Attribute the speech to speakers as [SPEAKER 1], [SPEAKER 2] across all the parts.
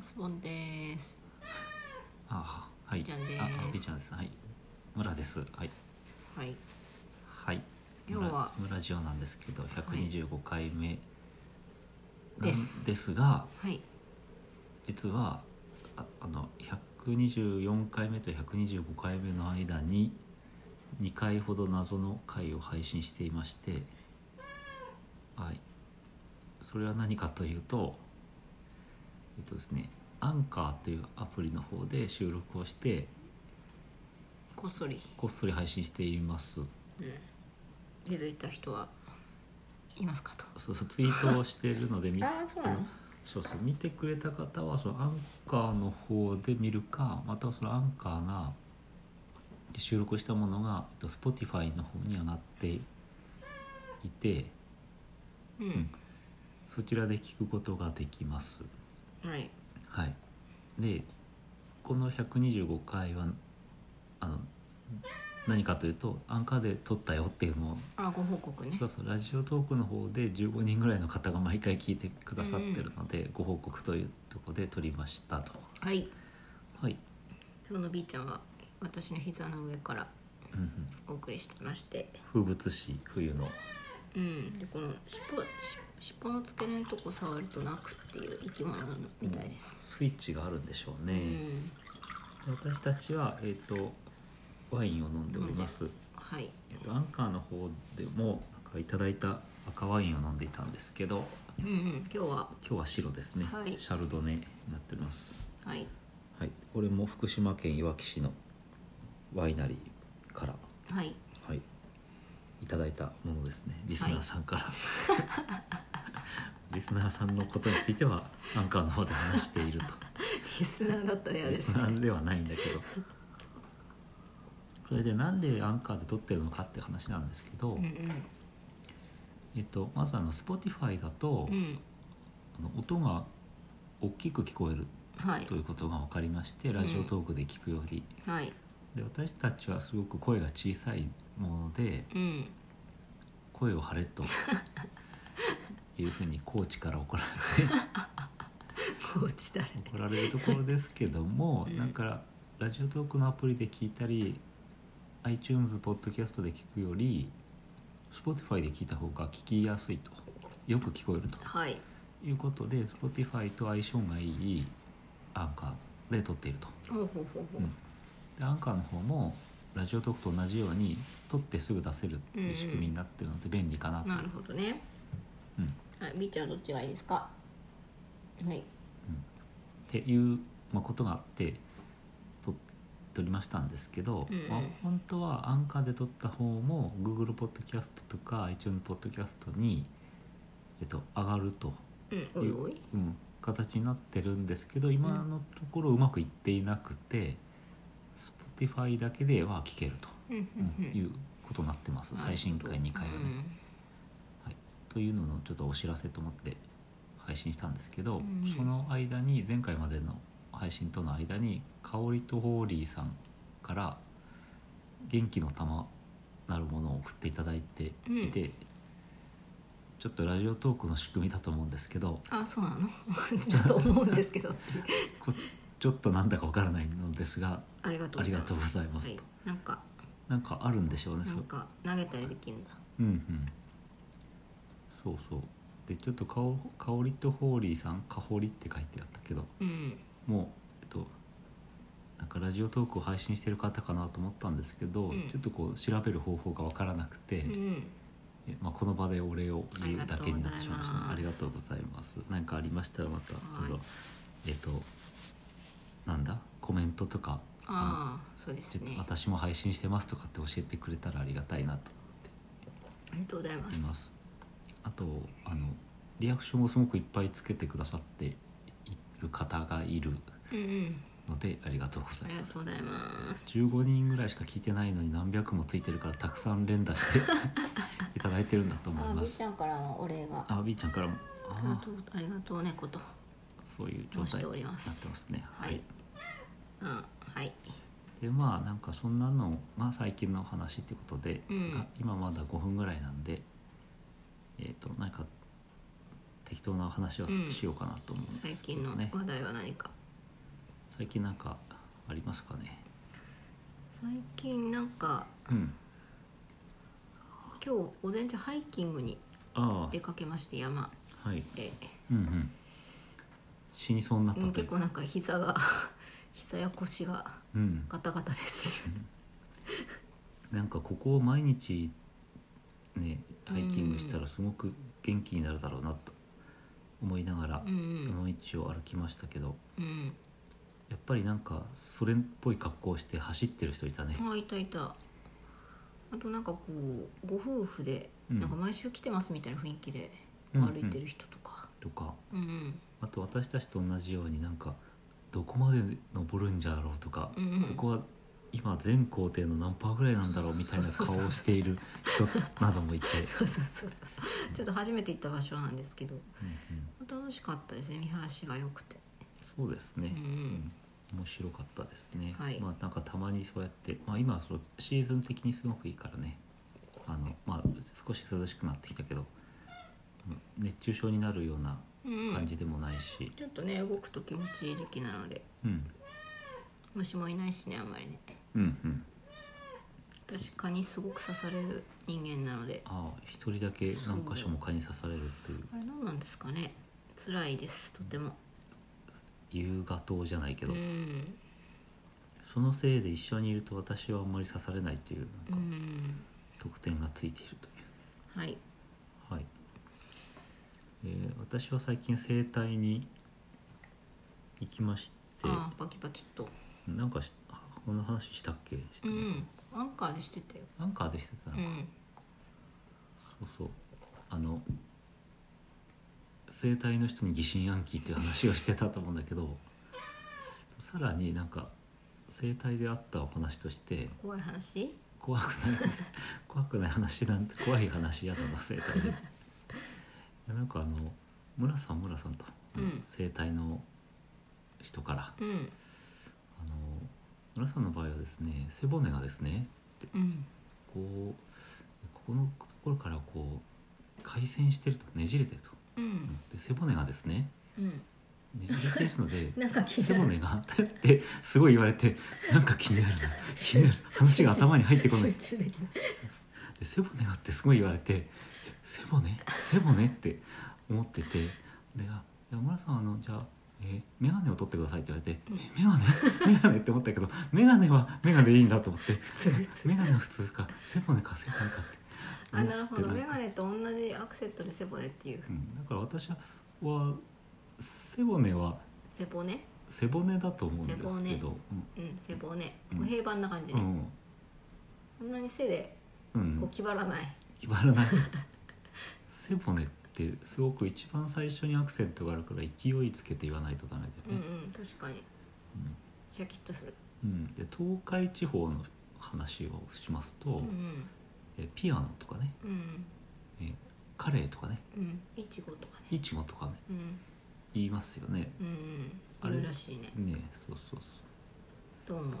[SPEAKER 1] スボンです
[SPEAKER 2] あはい
[SPEAKER 1] ちゃんです
[SPEAKER 2] ああびちゃんですはい村ですはい
[SPEAKER 1] はい
[SPEAKER 2] はい
[SPEAKER 1] 今日は
[SPEAKER 2] 村村ジオなんですけど125回目なん
[SPEAKER 1] です
[SPEAKER 2] ですが
[SPEAKER 1] はい
[SPEAKER 2] 実はああの124回目と125回目の間に2回ほど謎の回を配信していましてはいそれは何かというとえっとですねアンカーというアプリの方で収録をして
[SPEAKER 1] こっそり、
[SPEAKER 2] こっそり配信しています
[SPEAKER 1] うん、気づいた人はいますかと
[SPEAKER 2] そうそうツイートをしているので み
[SPEAKER 1] あーそうなの
[SPEAKER 2] そうそう見てくれた方はそのアンカーの方で見るかまたはそのアンカーが収録したものがえっと Spotify の方に上がっていて
[SPEAKER 1] うん、
[SPEAKER 2] そちらで聞くことができます
[SPEAKER 1] はい
[SPEAKER 2] はいでこの125回はあの何かというとアンカーで撮ったよっていうのを
[SPEAKER 1] あご報告ね
[SPEAKER 2] そうそうラジオトークの方で15人ぐらいの方が毎回聞いてくださってるので、ご報告というところで撮りましたと
[SPEAKER 1] はい
[SPEAKER 2] はい、
[SPEAKER 1] 今日の B ちゃんは私の膝の上から
[SPEAKER 2] うんうん、
[SPEAKER 1] お送りしてまして
[SPEAKER 2] 風物詩冬の
[SPEAKER 1] うんでこの尻尾し尻尾の付け根のとこ触ると泣くっていう生き物みたいです、
[SPEAKER 2] スイッチがあるんでしょう
[SPEAKER 1] う
[SPEAKER 2] ね、
[SPEAKER 1] ん、
[SPEAKER 2] 私たちは、えー、とワインを飲んでおります、
[SPEAKER 1] はい
[SPEAKER 2] えー、とアンカーの方でもなんかいただいた赤ワインを飲んでいたんですけど
[SPEAKER 1] うんうん今日は
[SPEAKER 2] 今日は白ですね、
[SPEAKER 1] はい
[SPEAKER 2] シャルドネになっております
[SPEAKER 1] はい
[SPEAKER 2] はい、これも福島県いわき市のワイナリーから
[SPEAKER 1] はい
[SPEAKER 2] はい。いただいたものですね。リスナーさんから。 リスナーさんのことについては、アンカーの方で話して いると。
[SPEAKER 1] リスナーだったら嫌
[SPEAKER 2] リ
[SPEAKER 1] で
[SPEAKER 2] ス
[SPEAKER 1] すね
[SPEAKER 2] ナーではないんだけど。それでなんでアンカーで撮ってるのかって話なんですけど、
[SPEAKER 1] うん
[SPEAKER 2] えっと、まずあの Spotify だと、
[SPEAKER 1] うんうん
[SPEAKER 2] あの音が大きく聞こえる
[SPEAKER 1] はい
[SPEAKER 2] ということが分かりましてラジオトークで聞くより、
[SPEAKER 1] はい
[SPEAKER 2] で私たちはすごく声が小さいもので
[SPEAKER 1] うん
[SPEAKER 2] 声を張れというふうにコーチから怒られ
[SPEAKER 1] コーチ誰
[SPEAKER 2] 怒られるところですけども、
[SPEAKER 1] うん
[SPEAKER 2] なんかラジオトークのアプリで聞いたり iTunes ポッドキャストで聞くより Spotify で聞いた方が聞きやすいとよく聞こえると
[SPEAKER 1] はい
[SPEAKER 2] いうことで Spotify と相性がいいアンカーで撮っていると。
[SPEAKER 1] ほうほうほうほう
[SPEAKER 2] うんでアンカーの方もラジオトークと同じように撮ってすぐ出せるっていう仕組みになってるので便利かなと、
[SPEAKER 1] なるほどね
[SPEAKER 2] うん、っ
[SPEAKER 1] はい、みーちゃんどっちがいいですかはい
[SPEAKER 2] ていう、まあ、ことがあって撮撮りましたんですけど、
[SPEAKER 1] うんうん
[SPEAKER 2] まあ、本当はアンカーで撮った方も Google ポッドキャストとか iTunes ポッドキャストに、えっと、上がると、
[SPEAKER 1] うんおいおい
[SPEAKER 2] うん、形になってるんですけど今のところうまくいっていなくて、Spotify だけでは聞けると。
[SPEAKER 1] うんうん
[SPEAKER 2] うん
[SPEAKER 1] う
[SPEAKER 2] い
[SPEAKER 1] ん
[SPEAKER 2] うことになってます最新回2回はね、はい、というののちょっとお知らせと思って配信したんですけ
[SPEAKER 1] う
[SPEAKER 2] ど、
[SPEAKER 1] ん
[SPEAKER 2] その間に前回までの配信との間に香りとホーリーさんから元気の玉なるものを送っていただいていて、ちょっとラジオトークの仕組みだと思うんですけど
[SPEAKER 1] あそうなの ちょっと思うんですけ ど
[SPEAKER 2] こちょっとなんだかわからないのですが
[SPEAKER 1] ありがとう
[SPEAKER 2] ありがとう
[SPEAKER 1] ご
[SPEAKER 2] ございま
[SPEAKER 1] ざ
[SPEAKER 2] す
[SPEAKER 1] い
[SPEAKER 2] と、
[SPEAKER 1] ますはいなんか
[SPEAKER 2] なんかあるんでしょうね
[SPEAKER 1] な
[SPEAKER 2] そ
[SPEAKER 1] ん
[SPEAKER 2] う
[SPEAKER 1] か投げたりできるんだ
[SPEAKER 2] うんうんそうそうでちょっとかお香りとホーリーさん「かほり」って書いてあったけど
[SPEAKER 1] うん
[SPEAKER 2] もうえっとなんかラジオトークを配信してる方かなと思ったんですけど、
[SPEAKER 1] うん
[SPEAKER 2] ちょっとこう調べる方法が分からなくて、
[SPEAKER 1] うん
[SPEAKER 2] えまあ、この場でお礼を言うだけになってしまいましたね
[SPEAKER 1] あ
[SPEAKER 2] あり
[SPEAKER 1] り
[SPEAKER 2] が
[SPEAKER 1] が
[SPEAKER 2] と
[SPEAKER 1] と
[SPEAKER 2] う
[SPEAKER 1] う
[SPEAKER 2] ございます何かありましたらまた
[SPEAKER 1] はい
[SPEAKER 2] あのえっとなんだコメントとか
[SPEAKER 1] ああそうで
[SPEAKER 2] ち
[SPEAKER 1] す
[SPEAKER 2] ょっと
[SPEAKER 1] ねあ
[SPEAKER 2] 私も配信してますとかって教えてくれたらありがたいなと
[SPEAKER 1] りがとうございま
[SPEAKER 2] いますすあとあのリアクションをすごくいっぱいつけてくださっている方がいる
[SPEAKER 1] うんうん
[SPEAKER 2] のでありがとうござ
[SPEAKER 1] あ
[SPEAKER 2] い
[SPEAKER 1] りが
[SPEAKER 2] ま
[SPEAKER 1] とう
[SPEAKER 2] す
[SPEAKER 1] ございます
[SPEAKER 2] 15人ぐらいしか聞いてないのに何百もついてるからたくさん連打して いただいてるんだと思います
[SPEAKER 1] んからのお礼が
[SPEAKER 2] あびーちゃんからも
[SPEAKER 1] ありが
[SPEAKER 2] あ
[SPEAKER 1] と
[SPEAKER 2] ー
[SPEAKER 1] うありがとうねこと
[SPEAKER 2] そういう状態
[SPEAKER 1] 申して
[SPEAKER 2] になっ
[SPEAKER 1] お
[SPEAKER 2] て
[SPEAKER 1] り
[SPEAKER 2] ま
[SPEAKER 1] ます
[SPEAKER 2] すねは
[SPEAKER 1] はいいあはい
[SPEAKER 2] でまあなんかそんなのが最近の話ってことです
[SPEAKER 1] う
[SPEAKER 2] が、
[SPEAKER 1] ん
[SPEAKER 2] 今まだ5分ぐらいなんでえっ、となんか適適当な話を
[SPEAKER 1] うん
[SPEAKER 2] しようかなと思うんで
[SPEAKER 1] 最
[SPEAKER 2] すけど
[SPEAKER 1] 近の
[SPEAKER 2] ね、
[SPEAKER 1] 話題は何か
[SPEAKER 2] 最近なんかありますかね
[SPEAKER 1] 最近なんか
[SPEAKER 2] うん
[SPEAKER 1] 今日午前中ハイキングに
[SPEAKER 2] あ
[SPEAKER 1] 出かけまして山
[SPEAKER 2] あはい
[SPEAKER 1] で
[SPEAKER 2] うんうん死にそうになった
[SPEAKER 1] もう
[SPEAKER 2] とい
[SPEAKER 1] 結
[SPEAKER 2] う
[SPEAKER 1] 構なんか膝が 膝や腰が
[SPEAKER 2] うん
[SPEAKER 1] ガタガタ です
[SPEAKER 2] なんかここを毎日ねハイキングした
[SPEAKER 1] う
[SPEAKER 2] らすごく元気になるだろうなと思いながら
[SPEAKER 1] うんうん
[SPEAKER 2] 山道を歩きましたけど
[SPEAKER 1] うん
[SPEAKER 2] やっぱりなんかそれっぽい格好をして走ってる人いたね
[SPEAKER 1] あいたいたあとなんかこうご夫婦で
[SPEAKER 2] うん
[SPEAKER 1] なんか毎週来てますみたいな雰囲気で
[SPEAKER 2] うん
[SPEAKER 1] 歩いてる人とか
[SPEAKER 2] とか
[SPEAKER 1] うんうん
[SPEAKER 2] あと私たちと同じようになんかどこまで登るんじゃろうとか、
[SPEAKER 1] うんうん
[SPEAKER 2] ここは今全行程の何パーぐらいなんだろうみたいな
[SPEAKER 1] そう
[SPEAKER 2] 顔
[SPEAKER 1] そうそう
[SPEAKER 2] をしている人など もいて、
[SPEAKER 1] そうそうそうそうちょっと初めて行った場所なんですけど
[SPEAKER 2] うんうん
[SPEAKER 1] 楽しかったですね見晴らしが良くて
[SPEAKER 2] そうですね、
[SPEAKER 1] うん
[SPEAKER 2] うん面白かったですね、
[SPEAKER 1] はい
[SPEAKER 2] まあなんかたまにそうやって、まあ、今はそのシーズン的にすごくいいからねあの、まあ、少し涼しくなってきたけどうん熱中症になるような
[SPEAKER 1] うん
[SPEAKER 2] 感じでもないし、
[SPEAKER 1] ちょっとね動くと気持ちいい時期なので
[SPEAKER 2] うん、
[SPEAKER 1] 虫もいないしねあんまりね
[SPEAKER 2] うんうん
[SPEAKER 1] 私蚊にすごく刺される人間なので
[SPEAKER 2] ああ一人だけ何箇所も蚊に刺されるという
[SPEAKER 1] あれ何なんですかね辛いですとても
[SPEAKER 2] 夕方じゃないけ
[SPEAKER 1] う
[SPEAKER 2] ど、
[SPEAKER 1] ん
[SPEAKER 2] そのせいで一緒にいると私はあんまり刺されないという
[SPEAKER 1] う
[SPEAKER 2] なんか
[SPEAKER 1] ん
[SPEAKER 2] 特典がついているという、
[SPEAKER 1] はい
[SPEAKER 2] はいえー私は最近整体に行きまして
[SPEAKER 1] ああパキパキっと
[SPEAKER 2] なんかしこの話したっけして
[SPEAKER 1] う
[SPEAKER 2] ない
[SPEAKER 1] んアンカーでしてたよ
[SPEAKER 2] アンカーでしてた
[SPEAKER 1] う
[SPEAKER 2] のか、
[SPEAKER 1] ん
[SPEAKER 2] そうそうあの整体の人に疑心暗鬼っていう話をしてたと思うんだけどさらになんか整体であったお話として
[SPEAKER 1] 怖い話
[SPEAKER 2] 怖くない怖くない話なんて怖い話やだな生態でいやなんかあの村さん村さんと、
[SPEAKER 1] うん
[SPEAKER 2] 生態の人から
[SPEAKER 1] うん
[SPEAKER 2] あの村さんの場合はですね背骨がですね
[SPEAKER 1] うん
[SPEAKER 2] こうここのところからこう回旋してるとねじれてると、
[SPEAKER 1] う
[SPEAKER 2] うんんで背骨がですね
[SPEAKER 1] うん
[SPEAKER 2] ねじれてるので
[SPEAKER 1] なんか気に
[SPEAKER 2] 背
[SPEAKER 1] なる
[SPEAKER 2] 骨がってすごい言われてなんか気になるな気になる話が頭に入ってこな い
[SPEAKER 1] 集中できない
[SPEAKER 2] で背骨がってすごい言われてえ「背骨背骨?」って思っててで「あいや村さんあのじゃあ、えー、眼鏡を取ってください」って言われて
[SPEAKER 1] うん
[SPEAKER 2] 「え眼鏡眼鏡?」って思ったけど眼鏡は眼鏡でいいんだと思って
[SPEAKER 1] ついつい
[SPEAKER 2] 眼鏡は普通か背骨か背骨かって
[SPEAKER 1] あなるほど
[SPEAKER 2] 思って
[SPEAKER 1] 眼鏡と同じアクセントで背骨っていう
[SPEAKER 2] うん、だから私は背骨は
[SPEAKER 1] 背骨
[SPEAKER 2] 背骨だと思うんですけど
[SPEAKER 1] うん背骨
[SPEAKER 2] うん
[SPEAKER 1] こう平板な感じ
[SPEAKER 2] う
[SPEAKER 1] ね、
[SPEAKER 2] ん
[SPEAKER 1] こんなに背で
[SPEAKER 2] う
[SPEAKER 1] こうん気張らない、
[SPEAKER 2] 決まらない背骨ってすごく一番最初にアクセントがあるから勢いつけて言わないとダメ
[SPEAKER 1] う
[SPEAKER 2] だ
[SPEAKER 1] ん、う
[SPEAKER 2] よ
[SPEAKER 1] ん
[SPEAKER 2] ね、
[SPEAKER 1] 確かに
[SPEAKER 2] うん
[SPEAKER 1] シャキッとする
[SPEAKER 2] うんで東海地方の話をしますと、
[SPEAKER 1] うん
[SPEAKER 2] えピアノとかね
[SPEAKER 1] うんうん
[SPEAKER 2] えカレーとかね
[SPEAKER 1] うんいちごとかね
[SPEAKER 2] いちごとかね
[SPEAKER 1] うん
[SPEAKER 2] 言いますよね
[SPEAKER 1] うんう
[SPEAKER 2] あ
[SPEAKER 1] ん
[SPEAKER 2] れ
[SPEAKER 1] 言うらしいね
[SPEAKER 2] ねえそうそうそ
[SPEAKER 1] どうも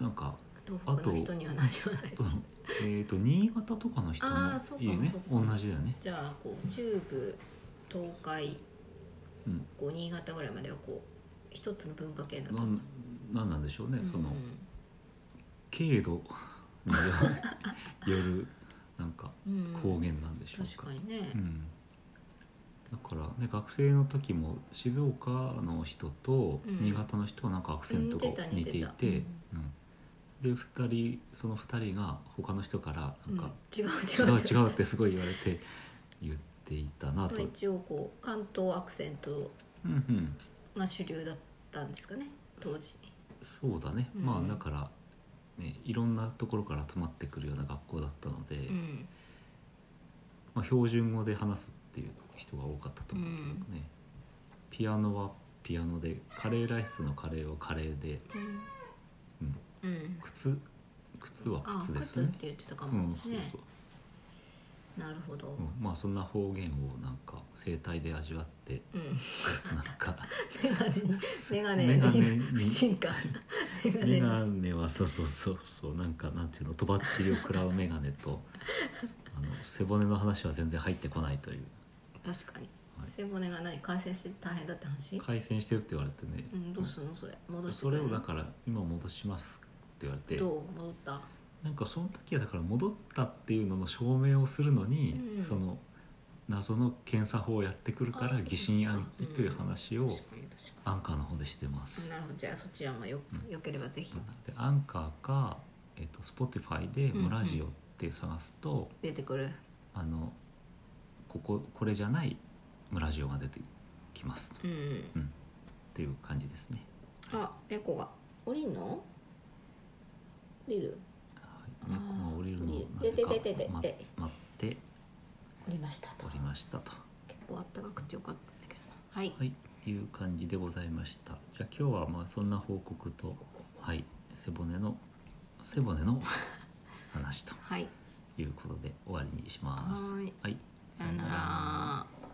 [SPEAKER 2] うなんか
[SPEAKER 1] 東北の人にはなじま ない
[SPEAKER 2] そのえっと新潟とかの人
[SPEAKER 1] あ
[SPEAKER 2] の
[SPEAKER 1] ーそうかも
[SPEAKER 2] 家ね
[SPEAKER 1] そうか
[SPEAKER 2] 同
[SPEAKER 1] も
[SPEAKER 2] じだよね
[SPEAKER 1] じゃあこう中部東海
[SPEAKER 2] うん
[SPEAKER 1] こう新潟ぐらいまではこう一つの文化圏だと
[SPEAKER 2] な
[SPEAKER 1] 思うん
[SPEAKER 2] なんなんでしょうね、その
[SPEAKER 1] うん
[SPEAKER 2] 軽度によるなんか
[SPEAKER 1] うん
[SPEAKER 2] 高原なんでしょうか
[SPEAKER 1] 確,、かにね
[SPEAKER 2] うん、だから、ね、学生の時も静岡の人と
[SPEAKER 1] うん
[SPEAKER 2] 新潟の人はなんかアクセントが
[SPEAKER 1] 似てた
[SPEAKER 2] 似てい
[SPEAKER 1] 似
[SPEAKER 2] て、
[SPEAKER 1] て
[SPEAKER 2] うんで2人その2人が他の人から
[SPEAKER 1] う
[SPEAKER 2] なん
[SPEAKER 1] ん
[SPEAKER 2] か
[SPEAKER 1] 違う
[SPEAKER 2] 「
[SPEAKER 1] 違
[SPEAKER 2] 違
[SPEAKER 1] う
[SPEAKER 2] う違う」ってすごい言われて言っていたなと。うん
[SPEAKER 1] 一応こう関東アクセント
[SPEAKER 2] うん
[SPEAKER 1] が主流だったんですかね当時
[SPEAKER 2] そうだね、
[SPEAKER 1] うん
[SPEAKER 2] まあだから、ね、いろんなところから集まってくるような学校だったので、
[SPEAKER 1] うん
[SPEAKER 2] まあ、標準語で話すっていう人が多かったと思うけどね、ピアノはピアノでカレーライスのカレーはカレーで、
[SPEAKER 1] うん
[SPEAKER 2] うん、
[SPEAKER 1] うん
[SPEAKER 2] 靴靴は
[SPEAKER 1] あ
[SPEAKER 2] 靴です
[SPEAKER 1] 靴っ
[SPEAKER 2] ね
[SPEAKER 1] て。言ってたか
[SPEAKER 2] う
[SPEAKER 1] も
[SPEAKER 2] ん、
[SPEAKER 1] で
[SPEAKER 2] そ
[SPEAKER 1] す
[SPEAKER 2] うそう
[SPEAKER 1] ね、なるほど
[SPEAKER 2] うん、まあそんな方言をなんか声帯で味わ って
[SPEAKER 1] うん
[SPEAKER 2] なんか
[SPEAKER 1] メガネに メガネ
[SPEAKER 2] メガネ
[SPEAKER 1] に
[SPEAKER 2] に
[SPEAKER 1] 不信感メガネに
[SPEAKER 2] 眼
[SPEAKER 1] 不信
[SPEAKER 2] 鏡はそうそうそうそうなんかなんていうのとばっちりを食らう 眼鏡とあの背骨の話は全然入ってこないという、
[SPEAKER 1] 確かに
[SPEAKER 2] はい
[SPEAKER 1] 背骨がない回線してて大変だって話
[SPEAKER 2] 回線してるって言われてね、
[SPEAKER 1] うんどうすんのそれ戻して
[SPEAKER 2] そ
[SPEAKER 1] く
[SPEAKER 2] れ
[SPEAKER 1] れ
[SPEAKER 2] を
[SPEAKER 1] る
[SPEAKER 2] だから今戻しますって言われて
[SPEAKER 1] どう戻った
[SPEAKER 2] なんかその時はだから戻ったっていうのの証明をするのに、
[SPEAKER 1] うん
[SPEAKER 2] その謎の検査法をやってくるか
[SPEAKER 1] あ
[SPEAKER 2] ら
[SPEAKER 1] そう
[SPEAKER 2] 疑心暗鬼という話を
[SPEAKER 1] 確かに確か
[SPEAKER 2] アンカーの方でしてます
[SPEAKER 1] に。なるほどじゃあそちらもよ
[SPEAKER 2] うん
[SPEAKER 1] よければぜひ
[SPEAKER 2] でアンカーか、えっと Spotify で「ムラジオ」って探すと、
[SPEAKER 1] 出てくる
[SPEAKER 2] あのこここれじゃない「ムラジオ」が出てきますと
[SPEAKER 1] うん
[SPEAKER 2] っていう感じですね。
[SPEAKER 1] あ猫が降りんの降りる
[SPEAKER 2] はい、猫が降りるのをな
[SPEAKER 1] で
[SPEAKER 2] ぜか
[SPEAKER 1] でででで
[SPEAKER 2] ま待
[SPEAKER 1] で
[SPEAKER 2] って
[SPEAKER 1] 降りましたと
[SPEAKER 2] おりましたと。
[SPEAKER 1] 結構あったかくてよかったんだけどなはい
[SPEAKER 2] はい、いう感じでございました。じゃあ今日はまあそんな報告と、はい、背骨の背 骨の話と
[SPEAKER 1] はい
[SPEAKER 2] いうことで終わりにします。
[SPEAKER 1] はーい
[SPEAKER 2] はい、
[SPEAKER 1] さよなら。